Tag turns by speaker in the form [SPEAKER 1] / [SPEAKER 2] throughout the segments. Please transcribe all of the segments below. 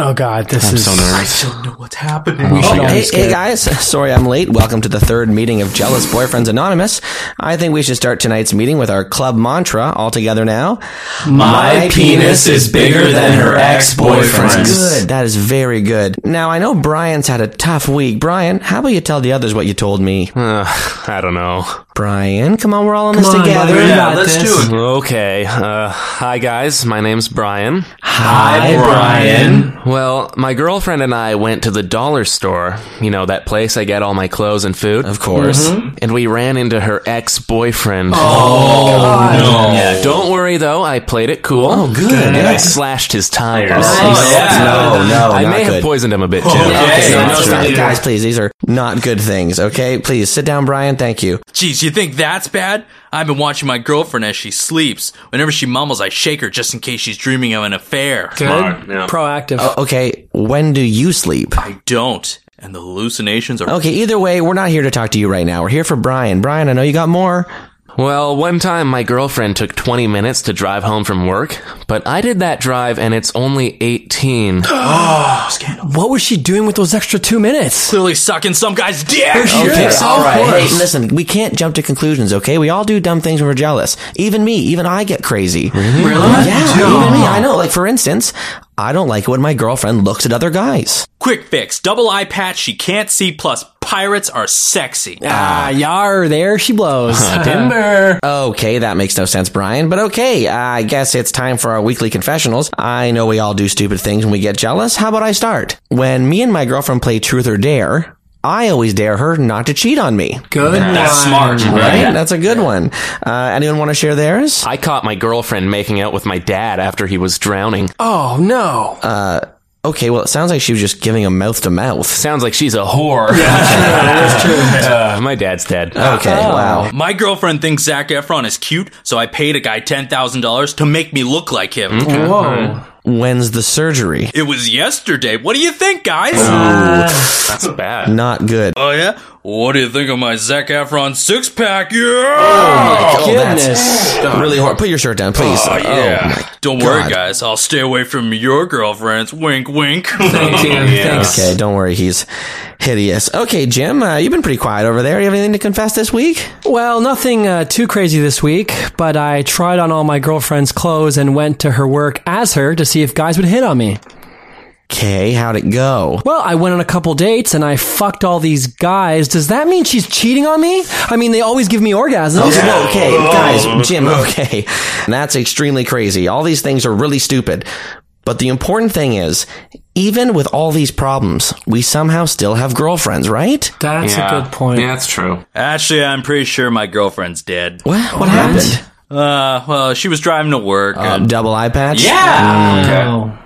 [SPEAKER 1] Oh God, this
[SPEAKER 2] I'm
[SPEAKER 1] is
[SPEAKER 2] so nervous.
[SPEAKER 1] I don't know what's happening.
[SPEAKER 2] We should
[SPEAKER 1] Oh,
[SPEAKER 2] go.
[SPEAKER 1] I'm
[SPEAKER 3] Hey, hey
[SPEAKER 1] scared.
[SPEAKER 3] guys, sorry I'm late. Welcome to the third meeting of Jealous Boyfriends Anonymous. I think we should start tonight's meeting with our club mantra all together now.
[SPEAKER 4] My penis is bigger than her ex-boyfriend's.
[SPEAKER 3] Good. That is very good. Now I know Brian's had a tough week. Brian, how about you tell the others what you told me?
[SPEAKER 2] Uh, I don't know.
[SPEAKER 3] Brian, come on, we're all in this
[SPEAKER 1] on,
[SPEAKER 3] together.
[SPEAKER 1] Brian.
[SPEAKER 3] You
[SPEAKER 4] Yeah,
[SPEAKER 3] got
[SPEAKER 4] let's
[SPEAKER 3] this.
[SPEAKER 4] do it.
[SPEAKER 2] Okay. Uh, hi guys. My name's Brian.
[SPEAKER 4] Hi, Brian.
[SPEAKER 2] Well, my girlfriend and I went to the dollar store. You know that place I get all my clothes and food. Mm-hmm.
[SPEAKER 3] Of course.
[SPEAKER 2] And we ran into her ex-boyfriend.
[SPEAKER 4] No.
[SPEAKER 2] Yeah, don't worry though. I played it cool. Oh, good. And I slashed his tires. Oh,
[SPEAKER 4] Nice. yeah.
[SPEAKER 3] No, no,
[SPEAKER 2] I
[SPEAKER 3] not
[SPEAKER 2] may
[SPEAKER 3] good.
[SPEAKER 2] have poisoned him a bit too.
[SPEAKER 4] yeah,
[SPEAKER 3] Okay,
[SPEAKER 4] yeah,
[SPEAKER 3] no,
[SPEAKER 4] that's
[SPEAKER 3] stop.
[SPEAKER 4] right.
[SPEAKER 3] guys, please. These are not good things. Okay, please sit down, Brian. Thank you.
[SPEAKER 5] Geez, you think that's bad? I've been watching my girlfriend as she sleeps. Whenever she mumbles, I shake her just in case she's dreaming of an affair.
[SPEAKER 1] Good. Proactive.
[SPEAKER 3] Okay, when do you sleep?
[SPEAKER 5] I don't. And the hallucinations are.
[SPEAKER 3] Okay, either way, we're not here to talk to you right now. We're here for Brian. Brian, I know you got more.
[SPEAKER 2] Well, one time my girlfriend took 20 minutes to drive home from work, but I did that drive and it's only 18.
[SPEAKER 1] What was she doing with those extra two minutes?
[SPEAKER 5] Clearly sucking some guy's dick!
[SPEAKER 3] Okay,
[SPEAKER 1] Yes,
[SPEAKER 3] all
[SPEAKER 1] of
[SPEAKER 3] right. Hey,
[SPEAKER 1] course.
[SPEAKER 3] listen, we can't jump to conclusions, okay? We all do dumb things when we're jealous. Even me, even I get crazy. Really? Yeah, even me. I know. Like, for instance, I don't like it when my girlfriend looks at other guys.
[SPEAKER 5] Quick fix double eye patch, she can't see, plus pirates are sexy.
[SPEAKER 1] Ah, yar, there she blows. Timber.
[SPEAKER 3] Okay, that makes no sense, Brian, but okay, I guess it's time for our weekly confessionals. I know we all do stupid things when we get jealous. How about I start? When me and my girlfriend play truth or dare, I always dare her not to cheat on me.
[SPEAKER 1] Good
[SPEAKER 5] That's
[SPEAKER 1] one.
[SPEAKER 5] smart.
[SPEAKER 3] Right? That's a good one. Uh, anyone want to share theirs?
[SPEAKER 2] I caught my girlfriend making out with my dad after he was drowning. Uh,
[SPEAKER 1] Oh no.
[SPEAKER 3] Okay, well, it sounds like she was just giving him mouth to mouth.
[SPEAKER 2] Sounds like she's a whore.
[SPEAKER 1] that's true.
[SPEAKER 2] Uh, my dad's dead.
[SPEAKER 3] Okay,
[SPEAKER 5] Oh.
[SPEAKER 3] wow.
[SPEAKER 5] My girlfriend thinks Zach Efron is cute, so I paid a guy $10,000 to make me look like him.
[SPEAKER 1] Whoa.
[SPEAKER 3] When's the surgery?
[SPEAKER 5] It was yesterday. What do you think, guys?
[SPEAKER 2] That's bad.
[SPEAKER 3] Not good.
[SPEAKER 5] oh, yeah? What do you think of my Zach Efron six pack? Yeah!
[SPEAKER 3] Oh,
[SPEAKER 1] Goodness.
[SPEAKER 3] Really hor Put your shirt down, please.
[SPEAKER 5] Oh, yeah. Don't
[SPEAKER 3] God.
[SPEAKER 5] worry, guys. I'll stay away from your girlfriends. Wink, wink.
[SPEAKER 1] Thank you. Thanks.
[SPEAKER 3] Okay, don't worry. He's hideous. Okay, Jim, uh, you've been pretty quiet over there. You have anything to confess this week?
[SPEAKER 1] Well, nothing uh, too crazy this week, but I tried on all my girlfriend's clothes and went to her work as her to see if guys would hit on me.
[SPEAKER 3] Okay, how'd it go?
[SPEAKER 1] Well, I went on a couple dates and I fucked all these guys. Does that mean she's cheating on me? I mean, they always give me orgasms.
[SPEAKER 3] Whoa, okay, guys, Jim, okay. That's extremely crazy. All these things are really stupid. But the important thing is, even with all these problems, we somehow still have girlfriends, right?
[SPEAKER 1] That's a good point.
[SPEAKER 2] that's true.
[SPEAKER 5] Actually, I'm pretty sure my girlfriend's dead.
[SPEAKER 3] What, what happened?
[SPEAKER 5] Uh, well, she was driving to work.
[SPEAKER 3] Uh,
[SPEAKER 5] and-
[SPEAKER 3] double eye patch?
[SPEAKER 5] yeah!
[SPEAKER 1] Oh.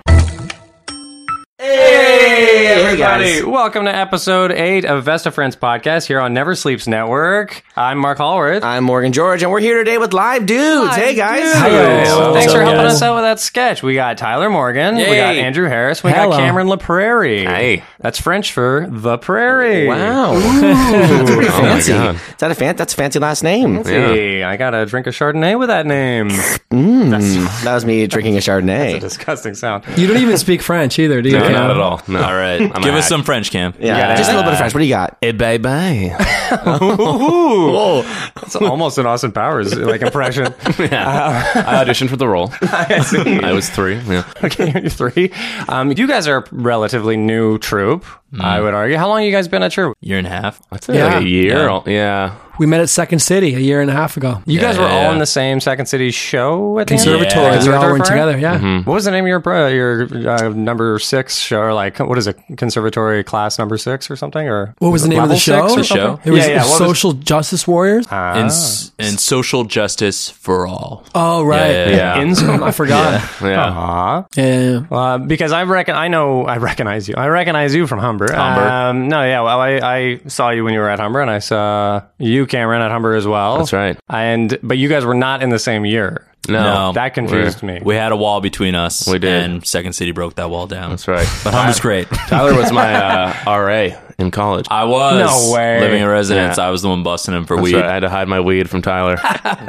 [SPEAKER 6] Everybody, welcome to episode eight of Vesta Friends podcast here on Never Sleeps Network. I'm Mark Hallworth.
[SPEAKER 3] I'm Morgan George, and we're here today with Live Dudes. hey, guys.
[SPEAKER 1] Hello.
[SPEAKER 6] Thanks for helping
[SPEAKER 1] Yes.
[SPEAKER 6] us out with that sketch. We got Tyler Morgan. We
[SPEAKER 5] Yay.
[SPEAKER 6] got Andrew Harris. We
[SPEAKER 1] Hello.
[SPEAKER 6] got Cameron LaPrairie.
[SPEAKER 2] Hey.
[SPEAKER 6] That's French for the prairie.
[SPEAKER 3] Wow.
[SPEAKER 6] Oh
[SPEAKER 3] that's pretty
[SPEAKER 7] Oh
[SPEAKER 3] fancy.
[SPEAKER 2] God.
[SPEAKER 3] Is that a fan? That's a fancy last name.
[SPEAKER 6] Hey, I got to drink a Chardonnay with that name.
[SPEAKER 3] That was me drinking a Chardonnay.
[SPEAKER 6] Disgusting sound.
[SPEAKER 1] You don't even speak French either, do you?
[SPEAKER 2] No,
[SPEAKER 1] Cam?
[SPEAKER 2] not at all. No. All right.
[SPEAKER 5] Give us some French, Cam.
[SPEAKER 3] Yeah, just a little bit of French. What do you got?
[SPEAKER 2] Hey, bye bye.
[SPEAKER 6] It's almost an Austin Powers like impression.
[SPEAKER 2] I auditioned for the role. I was three. Yeah.
[SPEAKER 6] okay, you're three. Um, you guys are a relatively new troupe,
[SPEAKER 1] Mm.
[SPEAKER 6] I would argue. How long you guys been at troupe?
[SPEAKER 5] Year and a half.
[SPEAKER 2] yeah. Like a
[SPEAKER 1] Yeah.
[SPEAKER 2] year. Ah. Yeah. yeah.
[SPEAKER 1] We met at Second City a year and a half ago.
[SPEAKER 6] You guys were
[SPEAKER 5] yeah,
[SPEAKER 6] all
[SPEAKER 5] yeah.
[SPEAKER 6] in the same Second City show at the end?
[SPEAKER 1] Conservatory.
[SPEAKER 6] Yeah.
[SPEAKER 1] We all
[SPEAKER 6] Conservatory
[SPEAKER 1] went
[SPEAKER 6] Friday?
[SPEAKER 1] together. Yeah.
[SPEAKER 6] Mm. What was the name of your pro- your uh, number six show? Or like what is it? Conservatory class number six or something? Or
[SPEAKER 1] What was the name of
[SPEAKER 6] level
[SPEAKER 1] the show?
[SPEAKER 6] Six or
[SPEAKER 5] show?
[SPEAKER 6] something?
[SPEAKER 1] It was
[SPEAKER 6] yeah, yeah. What was- Uh,
[SPEAKER 1] Social Justice Warriors.
[SPEAKER 5] And, s- and social justice for all.
[SPEAKER 1] oh right.
[SPEAKER 5] yeah, yeah,
[SPEAKER 6] yeah.
[SPEAKER 1] I forgot.
[SPEAKER 6] Aw.
[SPEAKER 1] Yeah. yeah.
[SPEAKER 6] Uh, because I reckon I know I recognize you. I recognize you from Humber.
[SPEAKER 2] Humber.
[SPEAKER 6] Um, no, yeah. Well, I, I saw you when you were at Humber, and I saw you, Cameron, at Humber as well.
[SPEAKER 2] That's right.
[SPEAKER 6] And but you guys were not in the same year.
[SPEAKER 2] No.
[SPEAKER 6] that confused me.
[SPEAKER 5] We had a wall between us.
[SPEAKER 2] We did.
[SPEAKER 5] And Second City broke that wall down.
[SPEAKER 2] That's right.
[SPEAKER 5] But Humber's great.
[SPEAKER 2] Tyler was my uh, RA in college.
[SPEAKER 5] I was
[SPEAKER 6] No way.
[SPEAKER 5] living in residence.
[SPEAKER 2] Yeah.
[SPEAKER 5] I was the one busting him for
[SPEAKER 2] That's
[SPEAKER 5] weed.
[SPEAKER 2] right, I had to hide my weed from Tyler.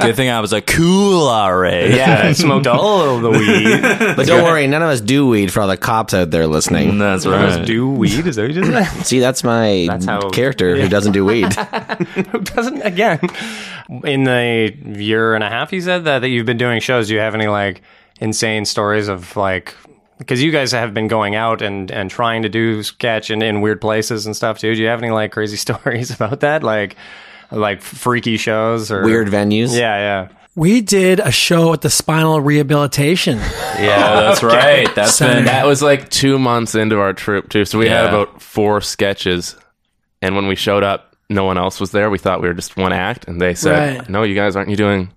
[SPEAKER 5] Good thing I was a coolare.
[SPEAKER 6] Yeah, smoked all of the weed.
[SPEAKER 3] But don't worry, none of us do weed for all the cops out there listening.
[SPEAKER 5] that's
[SPEAKER 6] Just
[SPEAKER 5] right.
[SPEAKER 6] do weed? Is that what you just said?
[SPEAKER 3] See, that's my
[SPEAKER 6] That's how-
[SPEAKER 3] character who doesn't do weed.
[SPEAKER 6] Who doesn't? Again, in the year and a half you said that that you've been doing shows, do you have any like insane stories of like? Because you guys have been going out and, and trying to do sketch and in weird places and stuff too. Do you have any like crazy stories about that? Like, like freaky shows or
[SPEAKER 3] Weird venues.
[SPEAKER 6] Yeah, yeah.
[SPEAKER 7] We did a show at the Spinal Rehabilitation.
[SPEAKER 5] Yeah, Oh, that's right. That's
[SPEAKER 7] Center.
[SPEAKER 5] been
[SPEAKER 2] that was like two months into our trip too, so we had
[SPEAKER 5] Yeah.
[SPEAKER 2] about four sketches. And when we showed up, no one else was there. We thought we were just one act, and they said,
[SPEAKER 7] Right.
[SPEAKER 2] "No, you guys aren't you doing,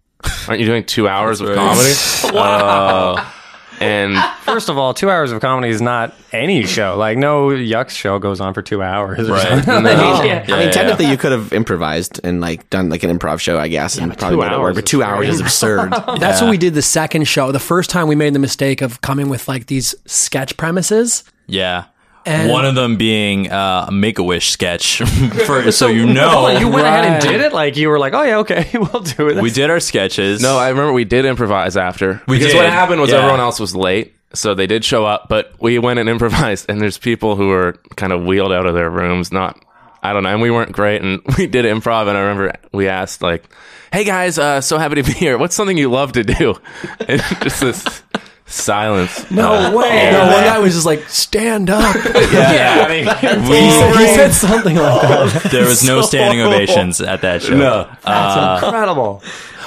[SPEAKER 2] aren't you doing two hours of
[SPEAKER 5] right.
[SPEAKER 2] comedy?" wow. and
[SPEAKER 6] First of all, two hours of comedy is not any show. Like, no yucks show goes on for two hours. Or
[SPEAKER 5] right.
[SPEAKER 6] something.
[SPEAKER 5] No.
[SPEAKER 6] Yeah.
[SPEAKER 3] I mean,
[SPEAKER 5] yeah.
[SPEAKER 3] technically, you could have improvised and like done like an improv show, I guess, and probably
[SPEAKER 2] two
[SPEAKER 3] made it work.
[SPEAKER 2] hours
[SPEAKER 3] But
[SPEAKER 2] is
[SPEAKER 3] two hours is absurd.
[SPEAKER 7] That's what we did the second show. The first time we made the mistake of coming with like these sketch premises.
[SPEAKER 5] Yeah.
[SPEAKER 7] And-
[SPEAKER 5] One of them being uh, a Make a Wish sketch, for, so you know
[SPEAKER 6] Oh, You went ahead and
[SPEAKER 7] Right.
[SPEAKER 6] did it. Like, you were like, oh yeah, okay, we'll do it.
[SPEAKER 5] we did our sketches.
[SPEAKER 2] No, Oh, I remember we did improvise after.
[SPEAKER 5] We
[SPEAKER 2] because
[SPEAKER 5] did,
[SPEAKER 2] what happened was
[SPEAKER 5] yeah.
[SPEAKER 2] everyone else was late, so they did show up, but we went and improvised, and there's people who were kind of wheeled out of their rooms, not. I don't know, and we weren't great, and we did improv, and I remember we asked like, "Hey guys, uh, so happy to be here. What's something you love to do?" And just this silence. Uh,
[SPEAKER 7] No way. No, one guy was just like, stand up.
[SPEAKER 6] Yeah, I mean,
[SPEAKER 7] he, said, he said something like that.
[SPEAKER 5] there was no standing ovations at that show. No, uh,
[SPEAKER 6] That's incredible.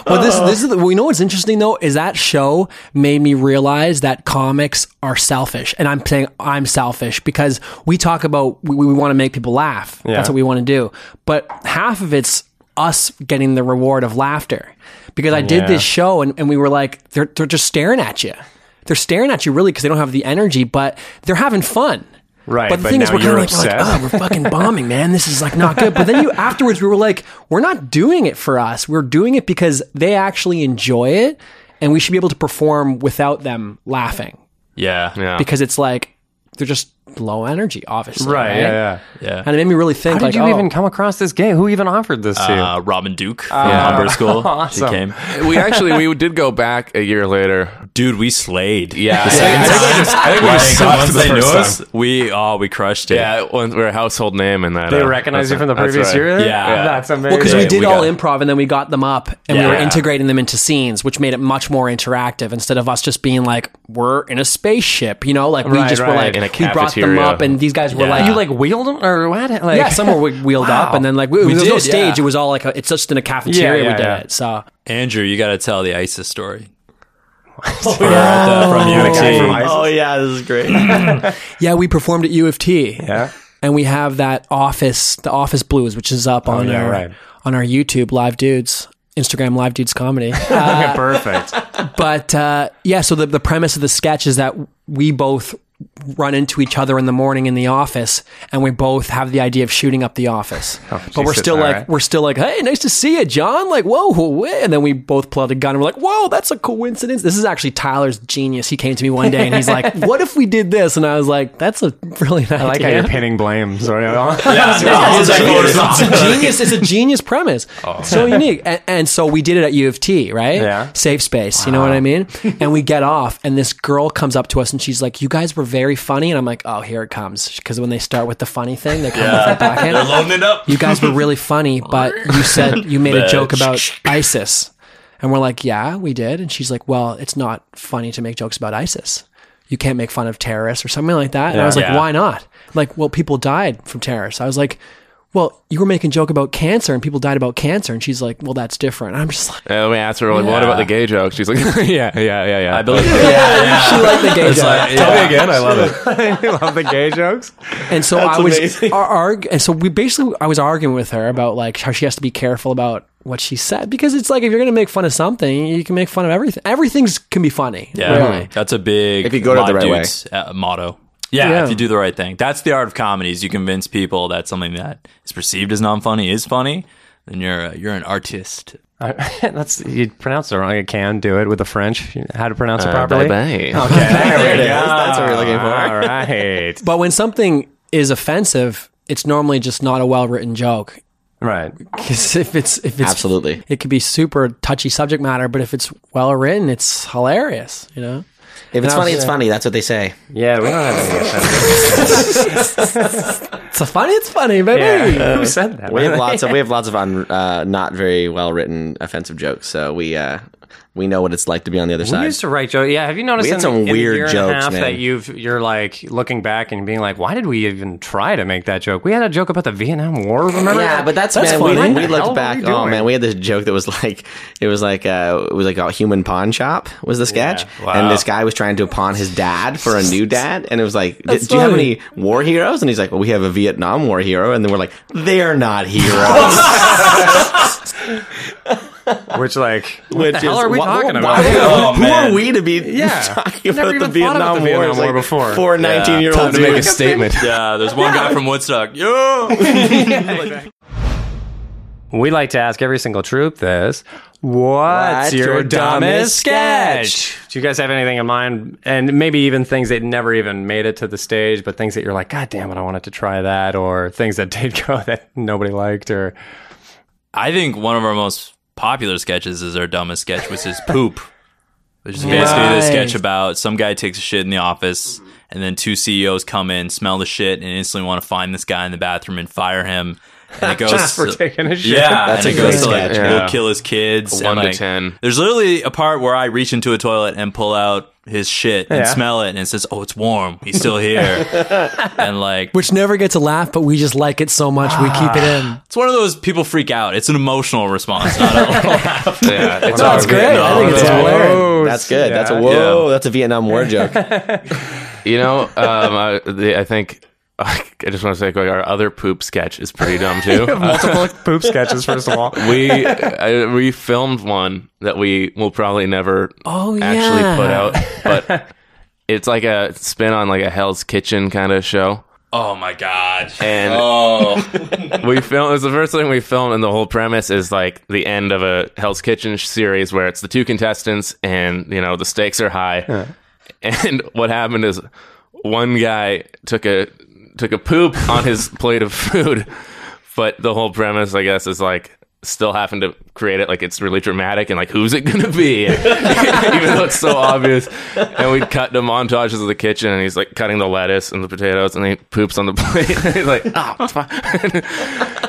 [SPEAKER 7] Well, this, this is the, we know what's interesting though is that show made me realize that comics are selfish, and I'm saying I'm selfish because we talk about we, we want to make people laugh. That's what we want to do, but half of it's us getting the reward of laughter. Because I did
[SPEAKER 6] Yeah.
[SPEAKER 7] this show and, and we were like, they're they're just staring at you. They're staring at you really because they don't have the energy, but they're having fun.
[SPEAKER 6] Right,
[SPEAKER 7] But the
[SPEAKER 6] but
[SPEAKER 7] thing is,
[SPEAKER 6] now
[SPEAKER 7] we're kind of like,
[SPEAKER 6] you're
[SPEAKER 7] we're like,
[SPEAKER 6] upset.
[SPEAKER 7] oh, we're fucking bombing, man. This is like not good. But then you afterwards, we were like, we're not doing it for us. We're doing it because they actually enjoy it, and we should be able to perform without them laughing
[SPEAKER 5] yeah,
[SPEAKER 2] Yeah.
[SPEAKER 7] because it's like they're just low energy, obviously. Right.
[SPEAKER 6] Right, yeah, yeah.
[SPEAKER 5] yeah.
[SPEAKER 7] And it made me really think.
[SPEAKER 6] How did
[SPEAKER 7] like,
[SPEAKER 6] you
[SPEAKER 7] oh,
[SPEAKER 6] even come across this game? Who even offered this to you?
[SPEAKER 5] Uh, Robin Duke
[SPEAKER 2] Ah,
[SPEAKER 5] from Humber School. She came,
[SPEAKER 2] we actually we did go back a year later.
[SPEAKER 5] dude. We slayed.
[SPEAKER 2] Yeah,
[SPEAKER 5] The second
[SPEAKER 2] I think
[SPEAKER 5] time.
[SPEAKER 2] we just- I think we
[SPEAKER 5] Like,
[SPEAKER 2] just sucked
[SPEAKER 5] once
[SPEAKER 2] the
[SPEAKER 5] they knew
[SPEAKER 2] first
[SPEAKER 5] us, we oh, we crushed it.
[SPEAKER 2] Yeah, once we're a household name in that.
[SPEAKER 6] they
[SPEAKER 2] uh,
[SPEAKER 6] recognize
[SPEAKER 2] that's
[SPEAKER 6] you from the
[SPEAKER 2] right. That's
[SPEAKER 6] previous
[SPEAKER 2] right.
[SPEAKER 6] year?
[SPEAKER 5] Yeah.
[SPEAKER 6] That's amazing.
[SPEAKER 7] Well, because we
[SPEAKER 5] Yeah,
[SPEAKER 7] did
[SPEAKER 5] we
[SPEAKER 7] all
[SPEAKER 5] got-
[SPEAKER 7] improv and then we got them up and we were
[SPEAKER 5] Yeah.
[SPEAKER 7] integrating them into scenes, which made it much more interactive instead of us just being like, we're in a spaceship, you know? Like, we
[SPEAKER 6] Right,
[SPEAKER 7] just were like,
[SPEAKER 6] right.
[SPEAKER 2] In a
[SPEAKER 7] we brought them
[SPEAKER 2] cafeteria.
[SPEAKER 7] up and these guys were
[SPEAKER 5] Yeah.
[SPEAKER 7] like,
[SPEAKER 6] you like wheeled them or what? Like,
[SPEAKER 7] yeah, some were wheeled up and then like, we, there was no
[SPEAKER 5] did, yeah.
[SPEAKER 7] stage. It was all like, a, it's just in a cafeteria
[SPEAKER 6] Yeah, yeah,
[SPEAKER 7] we did
[SPEAKER 6] yeah.
[SPEAKER 7] it. So,
[SPEAKER 5] Andrew, you got to tell the ISIS story.
[SPEAKER 3] oh yeah, this is great.
[SPEAKER 7] yeah, we performed at U of T.
[SPEAKER 6] Yeah.
[SPEAKER 7] And we have that office, the office blues, which is up on
[SPEAKER 6] Oh, yeah,
[SPEAKER 7] our,
[SPEAKER 6] right.
[SPEAKER 7] on our YouTube live dudes, Instagram live dudes comedy.
[SPEAKER 6] Okay, perfect.
[SPEAKER 7] but uh, yeah, so the, the premise of the sketch is that we both run into each other in the morning in the office, and we both have the idea of shooting up the office. but we're
[SPEAKER 6] Jesus,
[SPEAKER 7] still
[SPEAKER 6] Oh, all
[SPEAKER 7] like,
[SPEAKER 6] right.
[SPEAKER 7] we're still like, hey, nice to see you, John. Like, whoa, whoa, whoa. and then we both pull out a gun. and We're like, whoa, that's a coincidence. This is actually Tyler's genius. He came to me one day and he's like, what if we did this? And I was like, that's a brilliant idea.
[SPEAKER 6] I like how you're pinning blame. Sorry.
[SPEAKER 7] It's a genius- Oh. it's a genius. It's a genius premise. So unique. And, and so we did it at U of T, right?
[SPEAKER 6] Yeah.
[SPEAKER 7] Safe space. You know what I mean? And we get off, and this girl comes up to us, and she's like, "You guys were very funny." And I'm like, "Oh, here it comes." Because when they start with the funny thing, they come with the back end.
[SPEAKER 5] Loading it up.
[SPEAKER 7] You guys were really funny, but you said you made a joke about ISIS. And we're like, yeah, we did. And she's like, well, it's not funny to make jokes about ISIS. You can't make fun of terrorists or something like that. And I was like,
[SPEAKER 5] Yeah.
[SPEAKER 7] why not? Like, well, people died from terrorists. I was like, well, you were making a joke about cancer and people died about cancer. And she's like, well, that's different. I'm just like,
[SPEAKER 2] And we asked her like, "What about the gay joke?" She's like, "Yeah, yeah, yeah, yeah."
[SPEAKER 5] I believe.
[SPEAKER 7] she liked the gay joke.
[SPEAKER 2] Tell me again. I love it.
[SPEAKER 6] you love the gay jokes?
[SPEAKER 7] and so I was ar- arg- and so we basically I was arguing with her about like how she has to be careful about what she said because it's like if you're gonna make fun of something, you can make fun of everything. Everything's can be funny.
[SPEAKER 5] Yeah,
[SPEAKER 7] really.
[SPEAKER 5] that's a big
[SPEAKER 3] If you go to the
[SPEAKER 5] Mod
[SPEAKER 3] right way.
[SPEAKER 5] Dudes, uh, motto. Yeah,
[SPEAKER 7] Yeah.
[SPEAKER 5] if you do the right thing, that's the art of comedy. Is you convince people that something that is perceived as non funny is funny, then you're uh, you're an artist.
[SPEAKER 6] I- That's you pronounce it wrong. I can do it with the French. How to pronounce it properly?
[SPEAKER 2] Uh, Bye-bye.
[SPEAKER 6] Okay, there we go.
[SPEAKER 3] That's what we're looking for.
[SPEAKER 6] All right.
[SPEAKER 7] But when something is offensive, it's normally just not a well written joke.
[SPEAKER 6] Right.
[SPEAKER 7] Because if it's if it's
[SPEAKER 3] Absolutely.
[SPEAKER 7] it could be super touchy subject matter, but if it's well written, it's hilarious. You know.
[SPEAKER 3] If it's
[SPEAKER 7] I was
[SPEAKER 3] funny, it's funny. That's what they say.
[SPEAKER 6] Yeah, we don't have any offense.
[SPEAKER 7] It's a funny. It's funny, baby.
[SPEAKER 6] Yeah. Who said that?
[SPEAKER 3] We have lots of we have lots of un, uh, not very well written offensive jokes. So we uh, we know what it's like to be on the other
[SPEAKER 6] We
[SPEAKER 3] side.
[SPEAKER 6] used to write jokes. Yeah, have you noticed
[SPEAKER 3] We had
[SPEAKER 6] in,
[SPEAKER 3] some
[SPEAKER 6] in the
[SPEAKER 3] weird
[SPEAKER 6] year and a
[SPEAKER 3] jokes,
[SPEAKER 6] half
[SPEAKER 3] man.
[SPEAKER 6] that you've you're like looking back and being like, why did we even try to make that joke? We had a joke about the Vietnam War. Remember?
[SPEAKER 3] yeah,
[SPEAKER 6] that?
[SPEAKER 3] but that's,
[SPEAKER 7] That's
[SPEAKER 3] man. we- We,
[SPEAKER 7] funny.
[SPEAKER 6] What the hell
[SPEAKER 3] looked
[SPEAKER 6] were
[SPEAKER 3] back.
[SPEAKER 6] we
[SPEAKER 3] Oh
[SPEAKER 6] doing?
[SPEAKER 3] man, we had this joke that was like it was like uh, it was like a human pawn shop was the sketch, and this guy was trying to pawn his dad for a new dad, and it was like, "D- do you have any
[SPEAKER 7] funny.
[SPEAKER 3] war heroes? And he's like, well, we have a Vietnam War hero, and then we're like, they're not heroes.
[SPEAKER 6] which like, what
[SPEAKER 3] Which
[SPEAKER 6] the hell
[SPEAKER 3] is-
[SPEAKER 6] are we
[SPEAKER 3] wha-
[SPEAKER 6] talking
[SPEAKER 3] wha-
[SPEAKER 6] about?
[SPEAKER 3] who-
[SPEAKER 5] Oh,
[SPEAKER 3] who
[SPEAKER 5] man.
[SPEAKER 3] are we to be
[SPEAKER 6] Yeah.
[SPEAKER 3] talking
[SPEAKER 6] Never
[SPEAKER 3] about the
[SPEAKER 6] even thought
[SPEAKER 3] Vietnam
[SPEAKER 6] about the
[SPEAKER 3] War?
[SPEAKER 6] Vietnam
[SPEAKER 3] It's
[SPEAKER 6] War
[SPEAKER 3] like
[SPEAKER 6] before.
[SPEAKER 3] Four 19 year old
[SPEAKER 2] to make a statement.
[SPEAKER 5] Yeah, there's one guy from Woodstock. Yo.
[SPEAKER 6] We like to ask every single troop this. What's, your,
[SPEAKER 3] your
[SPEAKER 6] dumbest
[SPEAKER 3] dumbest
[SPEAKER 6] sketch?
[SPEAKER 3] sketch?
[SPEAKER 6] Do you guys have anything in mind? And maybe even things that never even made it to the stage, but things that you're like, God damn it, I wanted to try that, or things that did go that nobody liked, or
[SPEAKER 5] I think one of our most popular sketches is our dumbest sketch, which is poop. Which is basically the sketch about some guy takes a shit in the office, and then two CEOs come in, smell the shit, and instantly want to find this guy in the bathroom and fire him. And it goes
[SPEAKER 6] just for taking a shit.
[SPEAKER 5] Yeah,
[SPEAKER 3] That's
[SPEAKER 5] and
[SPEAKER 3] a
[SPEAKER 5] it goes
[SPEAKER 3] great
[SPEAKER 5] to like
[SPEAKER 3] sketch,
[SPEAKER 5] he'll
[SPEAKER 2] yeah.
[SPEAKER 5] kill his kids.
[SPEAKER 2] A one
[SPEAKER 5] and,
[SPEAKER 2] to
[SPEAKER 5] like,
[SPEAKER 2] 10.
[SPEAKER 5] There's literally a part where I reach into a toilet and pull out his shit and
[SPEAKER 6] Yeah.
[SPEAKER 5] smell it, and it says, "Oh, it's warm. He's still here." and like,
[SPEAKER 7] Which never gets a laugh, but we just like it so much we keep it
[SPEAKER 2] Ah.
[SPEAKER 7] in.
[SPEAKER 5] it's one of those people freak out. It's an emotional response. Not a,
[SPEAKER 2] Yeah, it's all
[SPEAKER 7] That's
[SPEAKER 2] good.
[SPEAKER 7] great. I think it's
[SPEAKER 3] Yeah.
[SPEAKER 7] hilarious.
[SPEAKER 3] That's good. That's a
[SPEAKER 6] Yeah.
[SPEAKER 3] whoa. That's a Vietnam War joke.
[SPEAKER 2] You know, um, I, the, I think I just want to say quick, our other poop sketch is pretty dumb too.
[SPEAKER 6] Multiple poop sketches, first of all.
[SPEAKER 2] we I, we filmed one that we will probably never
[SPEAKER 7] Oh,
[SPEAKER 2] actually
[SPEAKER 7] yeah.
[SPEAKER 2] put out, but it's like a spin on like a Hell's Kitchen kind of show.
[SPEAKER 5] oh my god.
[SPEAKER 2] And
[SPEAKER 5] Oh.
[SPEAKER 2] we filmed. It was the first thing we filmed, and the whole premise is like the end of a Hell's Kitchen series where it's the two contestants, and you know the stakes are high. And what happened is one guy took a took a poop on his plate of food, but the whole premise, I guess, is like still having to create it like it's really dramatic and like who's it gonna be even though it's so obvious and we'd cut to montages of the kitchen and he's like cutting the lettuce and the potatoes and he poops on the plate he's like oh fuck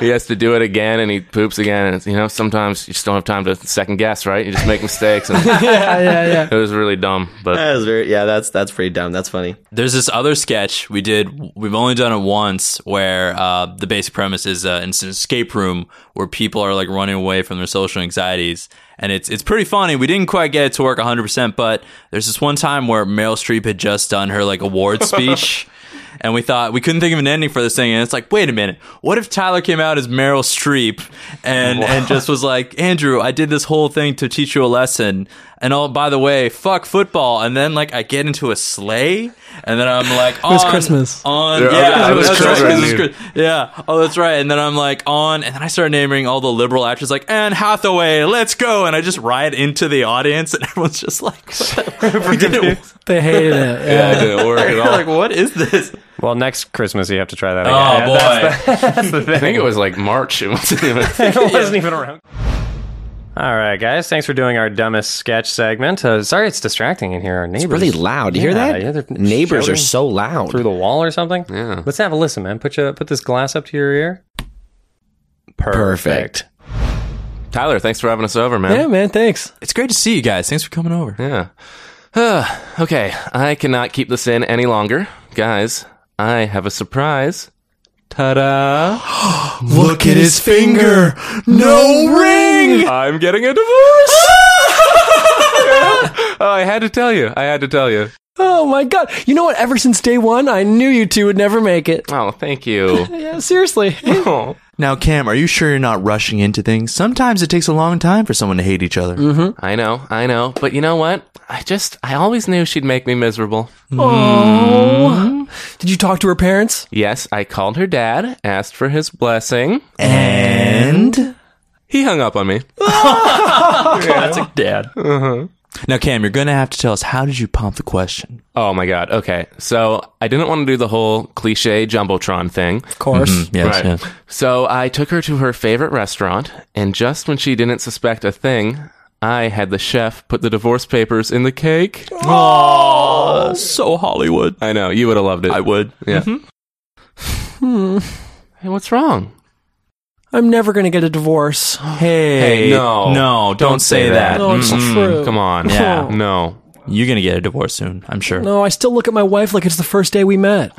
[SPEAKER 2] he has to do it again and he poops again and it's, you know sometimes you just don't have time to second guess right you just make mistakes and
[SPEAKER 7] Yeah, yeah, yeah.
[SPEAKER 2] it was really dumb but
[SPEAKER 3] That was very, yeah, that's that's pretty dumb. That's funny.
[SPEAKER 5] There's this other sketch we did. We've only done it once, where uh, the basic premise is uh, it's an escape room where people are like running away from their social anxieties, and it's it's pretty funny. We didn't quite get it to work 100, percent but there's this one time where Meryl Streep had just done her like award speech. And we thought we couldn't think of an ending for this thing, and it's like, wait a minute, what if Tyler came out as Meryl Streep and and just was like, Andrew, I did this whole thing to teach you a lesson, and oh by the way, fuck football, and then like I get into a sleigh, and then I'm like, on,
[SPEAKER 7] was Christmas.
[SPEAKER 5] on
[SPEAKER 2] Yeah,
[SPEAKER 5] yeah,
[SPEAKER 2] it was
[SPEAKER 5] that's right,
[SPEAKER 2] Christmas.
[SPEAKER 5] it was Chris- yeah, oh that's right, and then I'm like on, and then I start naming all the liberal actors like Anne Hathaway, let's go, and I just ride into the audience, and everyone's just like, what the- we didn't-
[SPEAKER 7] They hated it. Yeah.
[SPEAKER 2] yeah, it didn't work at all.
[SPEAKER 5] like what is this?
[SPEAKER 6] Well, next Christmas, you have to try that
[SPEAKER 5] Oh
[SPEAKER 6] again.
[SPEAKER 5] boy.
[SPEAKER 2] I think it was like March. It wasn't even.
[SPEAKER 6] it wasn't even around. All right, guys. Thanks for doing our dumbest sketch segment. Uh, sorry, it's distracting in here. Our neighbors
[SPEAKER 3] Really loud. You hear
[SPEAKER 6] Yeah,
[SPEAKER 3] that?
[SPEAKER 6] yeah, they're
[SPEAKER 3] Neighbors are
[SPEAKER 6] shouting
[SPEAKER 3] so loud.
[SPEAKER 6] through the wall or something. Yeah. Let's have a listen, man. Put you put this glass up to your ear.
[SPEAKER 3] Perfect.
[SPEAKER 2] Tyler, thanks for having us over, man.
[SPEAKER 7] yeah, man. Thanks.
[SPEAKER 5] It's great to see you guys. Thanks for coming over.
[SPEAKER 2] Yeah. okay, I cannot keep this in any longer. Guys, I have a surprise. Ta da!
[SPEAKER 7] Look at his finger. No ring.
[SPEAKER 2] I'm getting a divorce! oh, I had to tell you. I had to tell you.
[SPEAKER 7] Oh my god. You know what? Ever since day one, I knew you two would never make it.
[SPEAKER 2] Oh, thank you.
[SPEAKER 7] Yeah, seriously.
[SPEAKER 2] Oh,
[SPEAKER 5] Now, Cam, are you sure you're not rushing into things? Sometimes it takes a long time for someone to hate each other.
[SPEAKER 2] I know, I know. But you know what? I just, I always knew she'd make me miserable.
[SPEAKER 7] Did you talk to her parents?
[SPEAKER 2] Yes, I called her dad, asked for his blessing.
[SPEAKER 5] And
[SPEAKER 2] He hung up on me.
[SPEAKER 5] dad. Now, Cam, you're going to have to tell us how did you pump the question?
[SPEAKER 2] Oh my god. Okay. So I didn't want to do the whole cliche jumbotron thing.
[SPEAKER 7] Of course.
[SPEAKER 5] Yes,
[SPEAKER 2] Right.
[SPEAKER 5] yes.
[SPEAKER 2] So I took her to her favorite restaurant, and just when she didn't suspect a thing, I had the chef put the divorce papers in the cake.
[SPEAKER 5] So Hollywood.
[SPEAKER 2] I know you would have loved it. I would. Yeah. Mm-hmm. Hmm. Hey, what's wrong?
[SPEAKER 7] I'm never going to get a divorce.
[SPEAKER 2] Mm-hmm.
[SPEAKER 5] Hey,
[SPEAKER 2] no.
[SPEAKER 5] no, don't, say that.
[SPEAKER 7] No, it's
[SPEAKER 2] Mm-mm.
[SPEAKER 7] true.
[SPEAKER 2] Mm-hmm. Come on.
[SPEAKER 5] Yeah.
[SPEAKER 2] No.
[SPEAKER 5] You're gonna get a divorce soon, I'm sure.
[SPEAKER 7] No, I still look at my wife like it's the first day we met.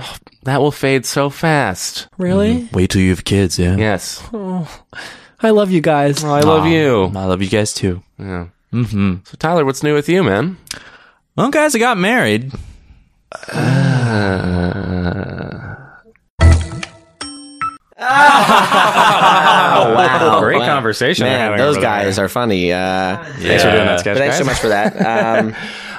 [SPEAKER 2] That will fade so fast.
[SPEAKER 7] Really?
[SPEAKER 5] Wait till you have kids, yeah.
[SPEAKER 2] Yes.
[SPEAKER 7] I love you guys.
[SPEAKER 2] Oh, I love you.
[SPEAKER 5] I love you guys too.
[SPEAKER 2] Yeah.
[SPEAKER 5] Mm-hmm.
[SPEAKER 2] So Tyler, what's new with you, man?
[SPEAKER 5] Well, guys, I got married.
[SPEAKER 3] Oh, Wow.
[SPEAKER 6] Great conversation we're
[SPEAKER 3] Man,
[SPEAKER 6] having
[SPEAKER 3] those
[SPEAKER 6] over there.
[SPEAKER 3] guys are funny. Uh,
[SPEAKER 6] Thanks for doing that sketch,
[SPEAKER 3] but thanks
[SPEAKER 6] guys.
[SPEAKER 3] so much for that. Um,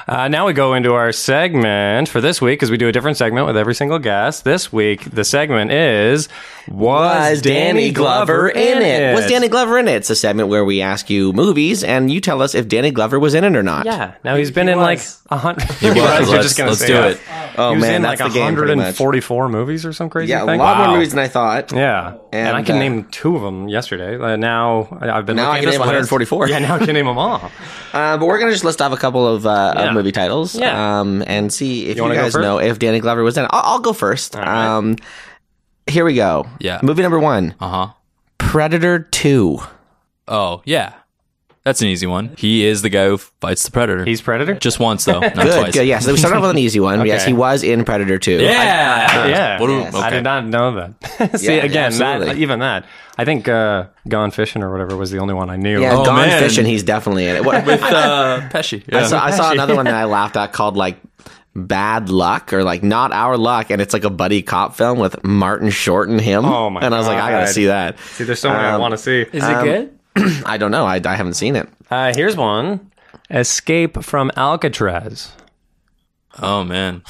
[SPEAKER 6] Uh, now we go into our segment for this week because we do a different segment with every single guest. This week, the segment is Was,
[SPEAKER 3] was Danny Glover in it? Was Danny Glover in it? It's a segment where we ask you movies and you tell us if Danny Glover was in it or not.
[SPEAKER 6] Yeah. Now he's been in like a hundred. He
[SPEAKER 5] was.
[SPEAKER 6] You're just gonna
[SPEAKER 5] Let's
[SPEAKER 6] say
[SPEAKER 5] do
[SPEAKER 6] that.
[SPEAKER 5] it.
[SPEAKER 3] Oh
[SPEAKER 6] he was
[SPEAKER 3] man,
[SPEAKER 6] in
[SPEAKER 3] that's
[SPEAKER 6] like
[SPEAKER 3] the game. pretty much.
[SPEAKER 6] 144 movies or some crazy
[SPEAKER 3] Yeah, a
[SPEAKER 6] thing.
[SPEAKER 3] lot more movies than I thought.
[SPEAKER 6] Yeah, and,
[SPEAKER 3] And,
[SPEAKER 6] I can
[SPEAKER 3] uh,
[SPEAKER 6] name two of them yesterday. Uh, now I- I've been
[SPEAKER 3] Now I
[SPEAKER 6] looking
[SPEAKER 3] can
[SPEAKER 6] at
[SPEAKER 3] name
[SPEAKER 6] this list.
[SPEAKER 3] 144.
[SPEAKER 6] Yeah, now I can name them all.
[SPEAKER 3] Uh, but we're gonna just list off a couple of, uh, of
[SPEAKER 6] Yeah.
[SPEAKER 3] movie titles,
[SPEAKER 6] Yeah.
[SPEAKER 3] um, and see if you,
[SPEAKER 6] wanna go
[SPEAKER 3] guys
[SPEAKER 6] first?
[SPEAKER 3] know if Danny Glover was in. it. I'll, I'll go first.
[SPEAKER 6] right.
[SPEAKER 3] Um, here we go.
[SPEAKER 5] Yeah.
[SPEAKER 3] Movie number one,
[SPEAKER 5] Uh-huh.
[SPEAKER 3] Predator Two.
[SPEAKER 5] Oh, yeah. That's an easy one. He is the guy who fights the predator.
[SPEAKER 6] He's Predator.
[SPEAKER 5] just once though, not
[SPEAKER 3] Good,
[SPEAKER 5] twice.
[SPEAKER 3] good. Yeah, so we started off with an easy one. Yes, he was in Predator Two.
[SPEAKER 5] Yeah.
[SPEAKER 6] yeah,
[SPEAKER 5] uh, What do-
[SPEAKER 6] I
[SPEAKER 5] okay.
[SPEAKER 6] did not know that. See,
[SPEAKER 3] Yeah,
[SPEAKER 6] again, that, uh,
[SPEAKER 3] absolutely.
[SPEAKER 6] even that. I think uh, Gone Fishing or whatever was the only one I knew.
[SPEAKER 3] Yeah,
[SPEAKER 5] Oh,
[SPEAKER 3] Gone
[SPEAKER 5] man.
[SPEAKER 3] Fishing. He's definitely in it. What,
[SPEAKER 5] Uh, Pesci. Yeah.
[SPEAKER 3] I saw, I saw another one that I laughed at called like Bad Luck or like Not Our Luck, and it's like a buddy cop film with Martin Short and him.
[SPEAKER 6] Oh, my
[SPEAKER 3] And I was like, I gotta
[SPEAKER 6] God.
[SPEAKER 3] see that.
[SPEAKER 6] See, there's so many
[SPEAKER 3] Um,
[SPEAKER 6] I want to see.
[SPEAKER 7] Is it good?
[SPEAKER 3] I don't know. I, I haven't seen it.
[SPEAKER 6] Uh, here's one: Escape from Alcatraz.
[SPEAKER 5] Oh man.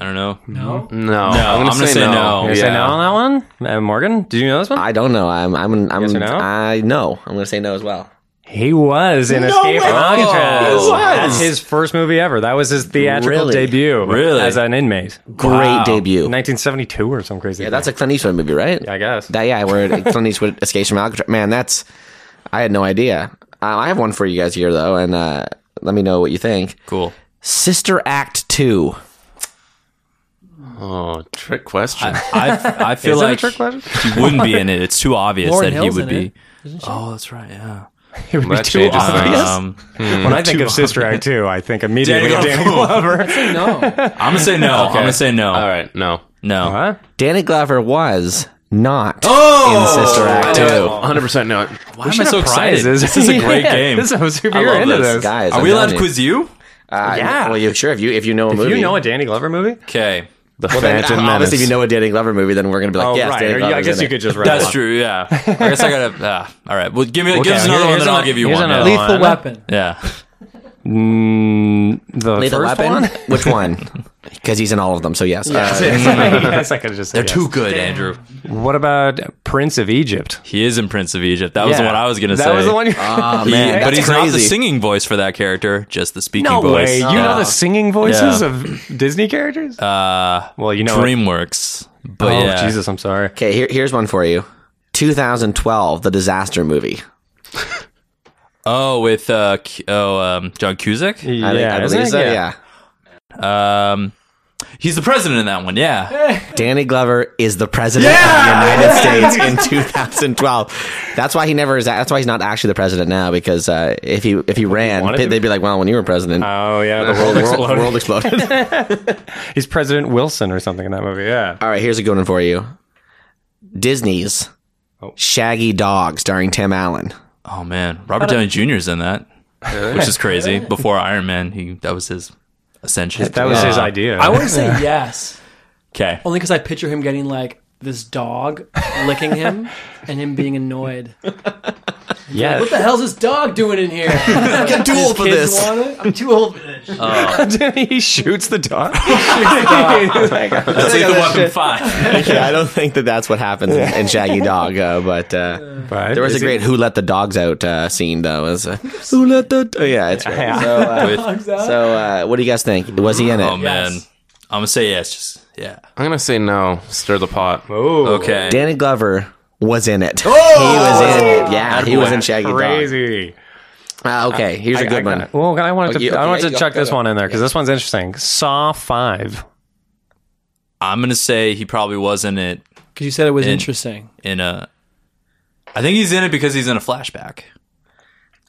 [SPEAKER 5] I don't know.
[SPEAKER 2] No. I'm
[SPEAKER 5] I'm gonna say no.
[SPEAKER 6] You
[SPEAKER 5] Yeah.
[SPEAKER 3] Oh,
[SPEAKER 6] gonna say no on that one, uh, Morgan? Did you know this one?
[SPEAKER 3] I don't know. I'm I'm I'm
[SPEAKER 6] Yes or no?
[SPEAKER 3] I know. I'm gonna say no as well.
[SPEAKER 6] He was in Escape from Alcatraz.
[SPEAKER 5] He was.
[SPEAKER 6] That's his first movie ever. That was his theatrical
[SPEAKER 3] Really?
[SPEAKER 6] debut
[SPEAKER 5] Really?
[SPEAKER 6] as an inmate.
[SPEAKER 3] Great debut.
[SPEAKER 6] 1972 or some crazy.
[SPEAKER 3] Yeah, that's a Clint Eastwood movie, right?
[SPEAKER 6] I guess.
[SPEAKER 3] That yeah, where it- Clint Eastwood escapes from Alcatraz. Man, that's I had no idea. Uh, I have one for you guys here though, and uh, let me know what you think.
[SPEAKER 5] Cool.
[SPEAKER 3] Sister Act Two.
[SPEAKER 2] Oh, trick question.
[SPEAKER 5] I, I feel
[SPEAKER 6] Is that a
[SPEAKER 5] like
[SPEAKER 6] trick question?
[SPEAKER 5] he wouldn't be in it. It's too obvious
[SPEAKER 7] Lauren
[SPEAKER 5] that
[SPEAKER 7] Hill's
[SPEAKER 5] he would
[SPEAKER 7] in it,
[SPEAKER 5] be. Oh, that's right. Yeah.
[SPEAKER 6] it would be
[SPEAKER 2] That
[SPEAKER 6] too
[SPEAKER 2] changes
[SPEAKER 6] obvious.
[SPEAKER 2] things.
[SPEAKER 5] Um,
[SPEAKER 6] When I think of Sister Act 2, I think immediately of
[SPEAKER 5] Danny
[SPEAKER 6] Danny Glover.
[SPEAKER 7] No.
[SPEAKER 5] I'm gonna say no. I'm gonna say no.
[SPEAKER 2] All right. No.
[SPEAKER 5] No.
[SPEAKER 6] Huh?
[SPEAKER 3] Danny Glover was not
[SPEAKER 5] Oh!
[SPEAKER 3] in Sister Act
[SPEAKER 2] No.
[SPEAKER 3] 2.
[SPEAKER 2] 100% no.
[SPEAKER 5] Why am I so excited?
[SPEAKER 6] Prizes.
[SPEAKER 5] This is a great
[SPEAKER 6] Yeah,
[SPEAKER 5] game.
[SPEAKER 6] This is super
[SPEAKER 5] I
[SPEAKER 6] you're
[SPEAKER 5] love
[SPEAKER 6] into
[SPEAKER 5] this.
[SPEAKER 6] this.
[SPEAKER 3] Guys,
[SPEAKER 5] Are
[SPEAKER 3] I'm
[SPEAKER 5] we allowed
[SPEAKER 3] telling
[SPEAKER 5] to
[SPEAKER 3] you.
[SPEAKER 5] quiz you?
[SPEAKER 3] Uh,
[SPEAKER 6] Yeah.
[SPEAKER 3] Well, you sure if you if you know a
[SPEAKER 6] If
[SPEAKER 3] movie.
[SPEAKER 6] you know a Danny Glover movie?
[SPEAKER 5] Okay.
[SPEAKER 2] The
[SPEAKER 3] then,
[SPEAKER 2] Phantom Menace.
[SPEAKER 3] obviously, if you know a Danny Glover movie, then we're gonna be like,
[SPEAKER 6] Oh,
[SPEAKER 3] yes,
[SPEAKER 6] right.
[SPEAKER 3] Danny
[SPEAKER 6] Or you-
[SPEAKER 3] Glover's
[SPEAKER 6] I guess
[SPEAKER 3] in
[SPEAKER 6] you
[SPEAKER 3] it.
[SPEAKER 6] could just write
[SPEAKER 5] That's
[SPEAKER 6] one.
[SPEAKER 5] true. Yeah. I guess I gotta. Uh, all right. Well, give me give us
[SPEAKER 6] Okay,
[SPEAKER 5] another one,
[SPEAKER 6] here's
[SPEAKER 5] then I'll
[SPEAKER 6] another-
[SPEAKER 5] give you
[SPEAKER 6] here's
[SPEAKER 5] one.
[SPEAKER 6] another
[SPEAKER 5] yeah.
[SPEAKER 6] one.
[SPEAKER 7] Lethal Weapon.
[SPEAKER 5] Yeah.
[SPEAKER 6] Mm, the
[SPEAKER 3] Lethal
[SPEAKER 6] first
[SPEAKER 3] Weapon.
[SPEAKER 6] one?
[SPEAKER 3] Which one? Because he's in all of them. So yes. Uh,
[SPEAKER 6] yes, I could just say
[SPEAKER 5] They're
[SPEAKER 6] yes.
[SPEAKER 5] too good, Andrew.
[SPEAKER 6] What about Prince of Egypt?
[SPEAKER 5] He is in Prince of Egypt. That was the
[SPEAKER 6] Yeah.
[SPEAKER 5] one I was gonna
[SPEAKER 6] That
[SPEAKER 5] say. Ah.
[SPEAKER 6] was the one you
[SPEAKER 3] oh,
[SPEAKER 5] He-
[SPEAKER 3] man,
[SPEAKER 5] but
[SPEAKER 3] that's
[SPEAKER 5] he's not the
[SPEAKER 3] crazy.
[SPEAKER 5] singing voice for that character, just the speaking
[SPEAKER 6] No
[SPEAKER 5] voice.
[SPEAKER 6] way. You
[SPEAKER 5] Yeah.
[SPEAKER 6] know the singing voices
[SPEAKER 5] Yeah.
[SPEAKER 6] of Disney characters?
[SPEAKER 5] Uh,
[SPEAKER 6] well, you know. it.
[SPEAKER 5] DreamWorks. But
[SPEAKER 6] oh,
[SPEAKER 5] yeah.
[SPEAKER 6] Jesus, I'm sorry.
[SPEAKER 3] Okay, here, here's one for you. 2012, the disaster movie.
[SPEAKER 5] Oh, with uh, Cu- oh, um, John Cusack.
[SPEAKER 3] I, think- I
[SPEAKER 6] isn't
[SPEAKER 3] believe
[SPEAKER 6] it?
[SPEAKER 3] so. Yeah.
[SPEAKER 5] Um, he's the president in that one. Yeah.
[SPEAKER 3] Danny Glover is the president of the United States in 2012. That's why he never is. That's why he's not actually the president now. Because uh, if he if he ran,
[SPEAKER 6] wanted to?
[SPEAKER 3] they'd be like, well, when you were president,
[SPEAKER 6] Oh yeah, the world
[SPEAKER 3] Uh, world,
[SPEAKER 6] exploded.
[SPEAKER 3] exploded. world exploded.
[SPEAKER 6] He's President Wilson or something in that movie. Yeah.
[SPEAKER 3] All right, here's a good one for you. Disney's Oh. Shaggy Dog, starring Tim Allen.
[SPEAKER 5] Oh man, Robert Downey Jr. is in that, which is crazy. Before Iron Man, he that was his ascension.
[SPEAKER 6] That was his idea.
[SPEAKER 7] I want to say yes,
[SPEAKER 5] okay.
[SPEAKER 7] only because I picture him getting like this dog licking him and him being annoyed.
[SPEAKER 6] Yeah.
[SPEAKER 7] What the hell's this dog doing in here? I'm
[SPEAKER 3] too old for this.
[SPEAKER 7] I'm too old for this.
[SPEAKER 6] he shoots the dog.
[SPEAKER 3] Oh
[SPEAKER 6] He's like,
[SPEAKER 5] That's like the weapon five.
[SPEAKER 3] yeah, I don't think that that's what happens in, in Shaggy Dog, uh, but uh,
[SPEAKER 6] But
[SPEAKER 3] there was a great "Who Let the Dogs Out" uh, scene though. It was, uh, Who let the? Oh, yeah, it's great.
[SPEAKER 6] Yeah.
[SPEAKER 3] So, uh,
[SPEAKER 7] Dogs out.
[SPEAKER 3] so uh, what do you guys think? Was he in it?
[SPEAKER 5] Oh man, I'm gonna say yes. Just yeah.
[SPEAKER 2] I'm gonna say no. Stir the pot.
[SPEAKER 5] Okay.
[SPEAKER 3] Danny Glover was in it. Oh, he was in it. Yeah, he was in Shaggy Dog.
[SPEAKER 6] crazy.
[SPEAKER 3] Uh, okay, here's a
[SPEAKER 6] I
[SPEAKER 3] good
[SPEAKER 6] got
[SPEAKER 3] one.
[SPEAKER 6] it. Well, I wanted to,
[SPEAKER 3] Oh, you-
[SPEAKER 6] I
[SPEAKER 3] okay,
[SPEAKER 6] wanted to
[SPEAKER 3] go-
[SPEAKER 6] chuck
[SPEAKER 3] go
[SPEAKER 6] this
[SPEAKER 3] ahead.
[SPEAKER 6] one in there because this one's interesting. Saw five.
[SPEAKER 5] I'm gonna say he probably was in it
[SPEAKER 7] Because you said it was
[SPEAKER 5] And-
[SPEAKER 7] interesting.
[SPEAKER 5] in a. I think he's in it because he's in a flashback.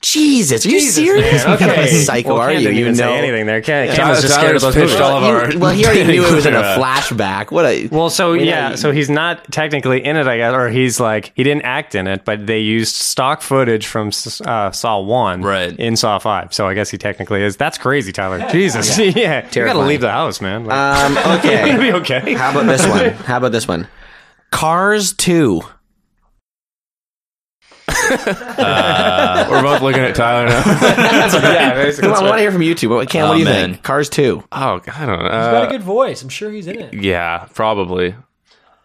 [SPEAKER 3] Jesus, are you serious? What kind of a psycho
[SPEAKER 6] Well,
[SPEAKER 3] are
[SPEAKER 6] Ken
[SPEAKER 3] you?
[SPEAKER 6] didn't
[SPEAKER 3] You
[SPEAKER 6] even say
[SPEAKER 3] know.
[SPEAKER 6] anything there. Ken, Ken
[SPEAKER 2] Tyler-
[SPEAKER 6] was just scared of
[SPEAKER 2] Tyler's
[SPEAKER 6] those
[SPEAKER 2] pitched
[SPEAKER 6] pictures.
[SPEAKER 2] all of
[SPEAKER 3] Well,
[SPEAKER 2] our-
[SPEAKER 3] you- well, he already knew it was in a
[SPEAKER 2] Yeah.
[SPEAKER 3] flashback. What a
[SPEAKER 6] Well, so
[SPEAKER 3] We know
[SPEAKER 6] yeah,
[SPEAKER 3] you-
[SPEAKER 6] so he's not technically in it, I guess, or he's like he didn't act in it, but they used stock footage from S- uh, Saw One,
[SPEAKER 5] Right.
[SPEAKER 6] in Saw Five. So I guess he technically is. That's crazy, Tyler. Jesus, yeah, you gotta
[SPEAKER 3] Terrifying.
[SPEAKER 6] leave the house, man. Like,
[SPEAKER 3] Um,
[SPEAKER 6] you're
[SPEAKER 3] okay.
[SPEAKER 6] gonna be okay.
[SPEAKER 3] How about this one? How about this one? Cars 2.
[SPEAKER 2] We're both looking at Tyler now.
[SPEAKER 6] yeah,
[SPEAKER 3] Come
[SPEAKER 6] basically.
[SPEAKER 3] on, I want to hear from you two. What, Cam, what
[SPEAKER 5] Oh,
[SPEAKER 3] do you
[SPEAKER 5] man.
[SPEAKER 3] think? Cars 2.
[SPEAKER 2] oh, I don't know.
[SPEAKER 7] Got
[SPEAKER 2] Uh,
[SPEAKER 7] a good voice. I'm sure he's in it.
[SPEAKER 2] yeah, probably.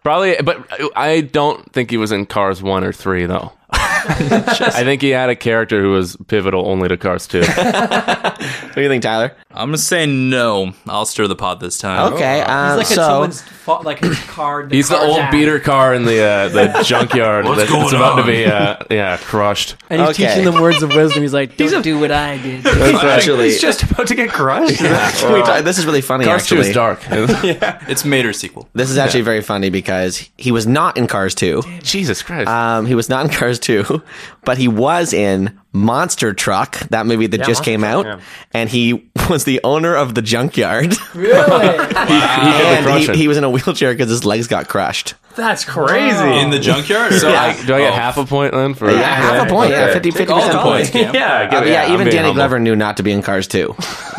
[SPEAKER 2] Probably, but I don't think he was in Cars 1 or 3, though. I think he had a character who was pivotal only to Cars 2.
[SPEAKER 3] What do you think, Tyler?
[SPEAKER 5] I'm gonna say no. I'll stir the pot this time.
[SPEAKER 3] Okay. Um,
[SPEAKER 7] He's like at
[SPEAKER 3] so,
[SPEAKER 7] someone's fa- like his car.
[SPEAKER 2] He's the
[SPEAKER 7] car's
[SPEAKER 2] old
[SPEAKER 7] at.
[SPEAKER 2] beater car in the uh, the junkyard
[SPEAKER 5] What's
[SPEAKER 2] that's
[SPEAKER 5] going
[SPEAKER 2] about to
[SPEAKER 5] on?
[SPEAKER 2] be uh, yeah crushed.
[SPEAKER 7] and he's
[SPEAKER 3] Okay.
[SPEAKER 7] teaching them words of wisdom. He's like, "Don't do what I did."
[SPEAKER 3] actually,
[SPEAKER 6] He's just about to get crushed.
[SPEAKER 3] Wait, this is really funny,
[SPEAKER 2] Uh, Cars 2
[SPEAKER 3] actually.
[SPEAKER 2] is dark.
[SPEAKER 5] It's Mater sequel.
[SPEAKER 3] This is actually very funny because he was not in Cars 2.
[SPEAKER 2] Jesus Christ.
[SPEAKER 3] Um, he was not in Cars 2, but he was in Monster Truck, that movie that just came out. And he was the owner of the junkyard.
[SPEAKER 7] Really?
[SPEAKER 3] and he,
[SPEAKER 2] crushing.
[SPEAKER 3] he was in a wheelchair because his legs got crushed.
[SPEAKER 6] That's crazy.
[SPEAKER 5] In the junkyard. oh. So
[SPEAKER 2] I, do I get half a point then for
[SPEAKER 3] Yeah, half a point. Yeah, 50, 50%
[SPEAKER 5] all the
[SPEAKER 3] point.
[SPEAKER 5] points? Cam.
[SPEAKER 6] yeah,
[SPEAKER 3] Uh, yeah,
[SPEAKER 2] I'm
[SPEAKER 3] even
[SPEAKER 2] being
[SPEAKER 3] Danny
[SPEAKER 2] humble.
[SPEAKER 3] Glover knew not to be in Cars 2.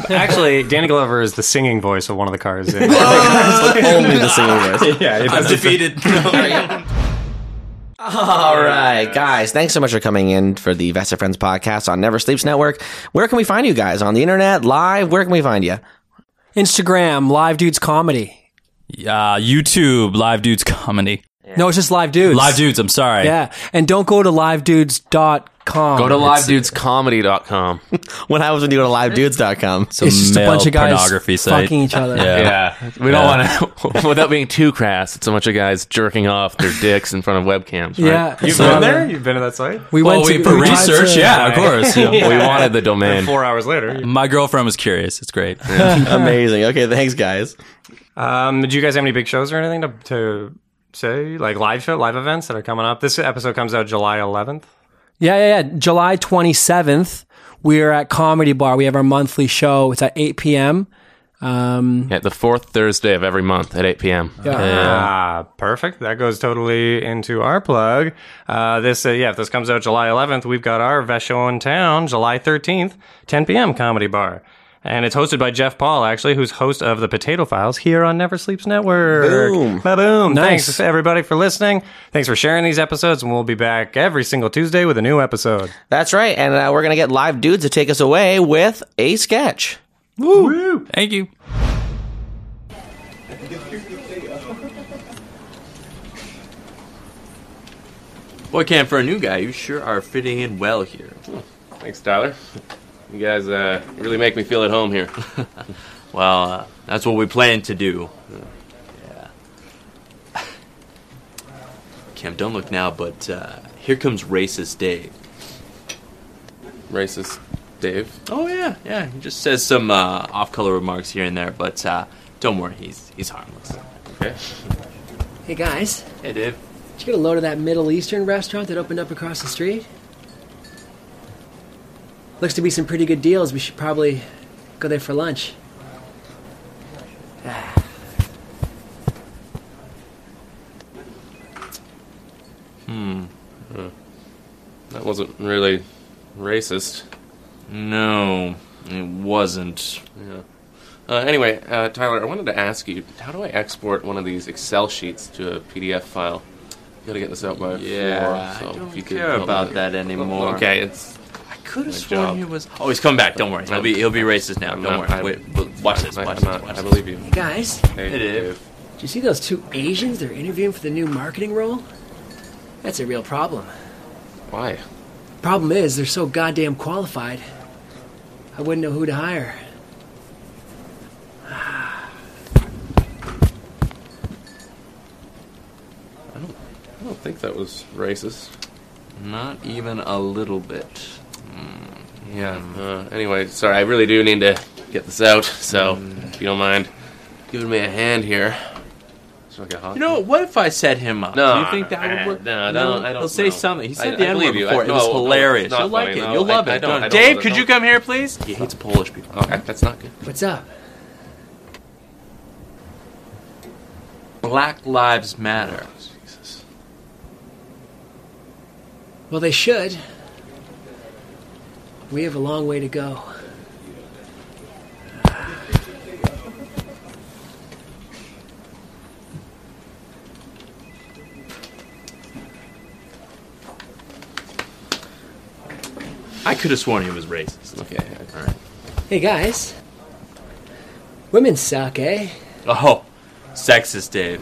[SPEAKER 6] actually, Danny Glover is the singing voice of one of the cars. In
[SPEAKER 3] Only the singing voice.
[SPEAKER 6] yeah, it
[SPEAKER 5] I'm defeated.
[SPEAKER 3] All right, guys, thanks so much for coming in for the Vesta Friends podcast on Never Sleeps Network. Where can we find you guys? On the internet, live? Where can we find you?
[SPEAKER 7] Instagram live dudes comedy.
[SPEAKER 5] uh, YouTube live dudes comedy.
[SPEAKER 7] No, it's just live dudes.
[SPEAKER 5] Live dudes. I'm sorry.
[SPEAKER 7] Yeah, and don't go to livedudes.com.
[SPEAKER 2] Go to livedudescomedy.com.
[SPEAKER 3] What happens when you go to livedudes.com? So,
[SPEAKER 7] It's just a
[SPEAKER 5] Male
[SPEAKER 7] bunch of guys
[SPEAKER 5] pornography site.
[SPEAKER 7] fucking each other.
[SPEAKER 5] Yeah.
[SPEAKER 2] Yeah. We don't want to, without being too crass, it's a bunch of guys jerking off their dicks in front of webcams. Right?
[SPEAKER 7] Yeah,
[SPEAKER 6] You've
[SPEAKER 7] so
[SPEAKER 6] been there. You've been to that site.
[SPEAKER 7] We
[SPEAKER 5] Well,
[SPEAKER 7] went
[SPEAKER 5] we
[SPEAKER 7] to
[SPEAKER 5] for
[SPEAKER 7] we tried
[SPEAKER 5] research.
[SPEAKER 7] to-
[SPEAKER 5] yeah, of course. Yeah.
[SPEAKER 2] We wanted the domain.
[SPEAKER 6] Four hours later.
[SPEAKER 5] My girlfriend was curious. It's great.
[SPEAKER 3] amazing. Okay, thanks, guys.
[SPEAKER 6] Um, do you guys have any big shows or anything to, to say? Like live show, live events that are coming up? This episode comes out July 11th.
[SPEAKER 7] Yeah, yeah, yeah. July 27th, we're at Comedy Bar. We have our monthly show. It's at 8 p.m. Um,
[SPEAKER 2] Yeah, the fourth Thursday of every month at 8 p.m.
[SPEAKER 6] Ah, perfect. That goes totally into our plug. Uh, this, uh, yeah, if this comes out July 11th, we've got our best show in town, July 13th, 10 p.m. Comedy Bar. And it's hosted by Jeff Paul, actually, who's host of the Potato Files here on Never Sleeps Network. Boom, boom.
[SPEAKER 7] Nice.
[SPEAKER 6] Thanks everybody for listening. Thanks for sharing these episodes, and we'll be back every single Tuesday with a new episode.
[SPEAKER 3] That's right. And uh, we're going to get live dudes to take us away with a sketch.
[SPEAKER 5] Thank you. Boy, Cam, for a new guy, you sure are fitting in well here.
[SPEAKER 2] Thanks, Tyler. You guys uh, really make me feel at home here.
[SPEAKER 5] Well, uh, that's what we plan to do. Yeah. Cam, don't look now, but uh, here comes racist Dave.
[SPEAKER 2] Racist Dave.
[SPEAKER 5] Oh yeah, yeah. He just says some uh, off-color remarks here and there, but uh, don't worry, he's he's harmless.
[SPEAKER 7] Hey, guys,
[SPEAKER 5] Hey, Dave.
[SPEAKER 7] did you get a load of that Middle Eastern restaurant that opened up across the street? Looks to be some pretty good deals. We should probably go there for lunch.
[SPEAKER 2] That wasn't really racist.
[SPEAKER 5] No, it wasn't.
[SPEAKER 2] Uh, anyway, uh, Tyler, I wanted to ask you, how do I export one of these Excel sheets to a PDF file? Gotta get this out by
[SPEAKER 5] Yeah,
[SPEAKER 2] four. So if you could
[SPEAKER 5] care
[SPEAKER 2] help
[SPEAKER 5] about
[SPEAKER 2] me-
[SPEAKER 5] that anymore.
[SPEAKER 2] Okay, it's
[SPEAKER 5] I could have
[SPEAKER 2] sworn
[SPEAKER 5] sworn
[SPEAKER 2] job.
[SPEAKER 5] he
[SPEAKER 2] he
[SPEAKER 5] was. Oh, he's coming back. Don't worry. He'll be he'll be racist now.
[SPEAKER 2] I'm
[SPEAKER 5] Don't
[SPEAKER 2] not-
[SPEAKER 5] worry.
[SPEAKER 2] I-
[SPEAKER 5] Wait, w- watch this.
[SPEAKER 2] I,
[SPEAKER 5] Watch
[SPEAKER 2] I'm
[SPEAKER 5] this.
[SPEAKER 2] not-
[SPEAKER 5] Watch
[SPEAKER 2] I
[SPEAKER 5] this.
[SPEAKER 2] believe you.
[SPEAKER 7] Guys,
[SPEAKER 2] Hey,
[SPEAKER 5] It is.
[SPEAKER 7] do you see those two Asians? They're interviewing for the new marketing role? That's a real problem.
[SPEAKER 2] Why?
[SPEAKER 7] Problem is, they're so goddamn qualified. I wouldn't know who to hire.
[SPEAKER 2] I don't think that was racist.
[SPEAKER 5] Not even a little bit. Hmm,
[SPEAKER 2] Yeah. Uh, anyway, sorry. I really do need to get this out. So
[SPEAKER 5] Hmm.
[SPEAKER 2] if you don't mind giving me a hand here. It's like a hot.
[SPEAKER 5] You know, what if I set him up?
[SPEAKER 2] No,
[SPEAKER 5] Do you think that would work?
[SPEAKER 2] no, no, I don't
[SPEAKER 5] He'll say
[SPEAKER 2] know.
[SPEAKER 5] something. He
[SPEAKER 2] I-
[SPEAKER 5] said
[SPEAKER 2] I
[SPEAKER 5] the N word
[SPEAKER 2] believe you. I-
[SPEAKER 5] before. it was
[SPEAKER 2] no, no,
[SPEAKER 5] hilarious.
[SPEAKER 2] it's not
[SPEAKER 5] You'll like
[SPEAKER 2] funny,
[SPEAKER 5] it.
[SPEAKER 2] no.
[SPEAKER 5] You'll love
[SPEAKER 2] I- I
[SPEAKER 5] it.
[SPEAKER 2] don't- I don't
[SPEAKER 5] Dave,
[SPEAKER 2] love it,
[SPEAKER 5] could
[SPEAKER 2] no.
[SPEAKER 5] you come here, please? He hates Polish people.
[SPEAKER 2] Okay, that's not good.
[SPEAKER 7] What's up?
[SPEAKER 5] Black Lives Matter.
[SPEAKER 2] Jesus.
[SPEAKER 7] Well, they should. We have a long way to go.
[SPEAKER 5] I could have sworn he was racist.
[SPEAKER 2] Okay. All right.
[SPEAKER 7] Hey, guys. Women suck, eh?
[SPEAKER 5] Oh, sexist Dave.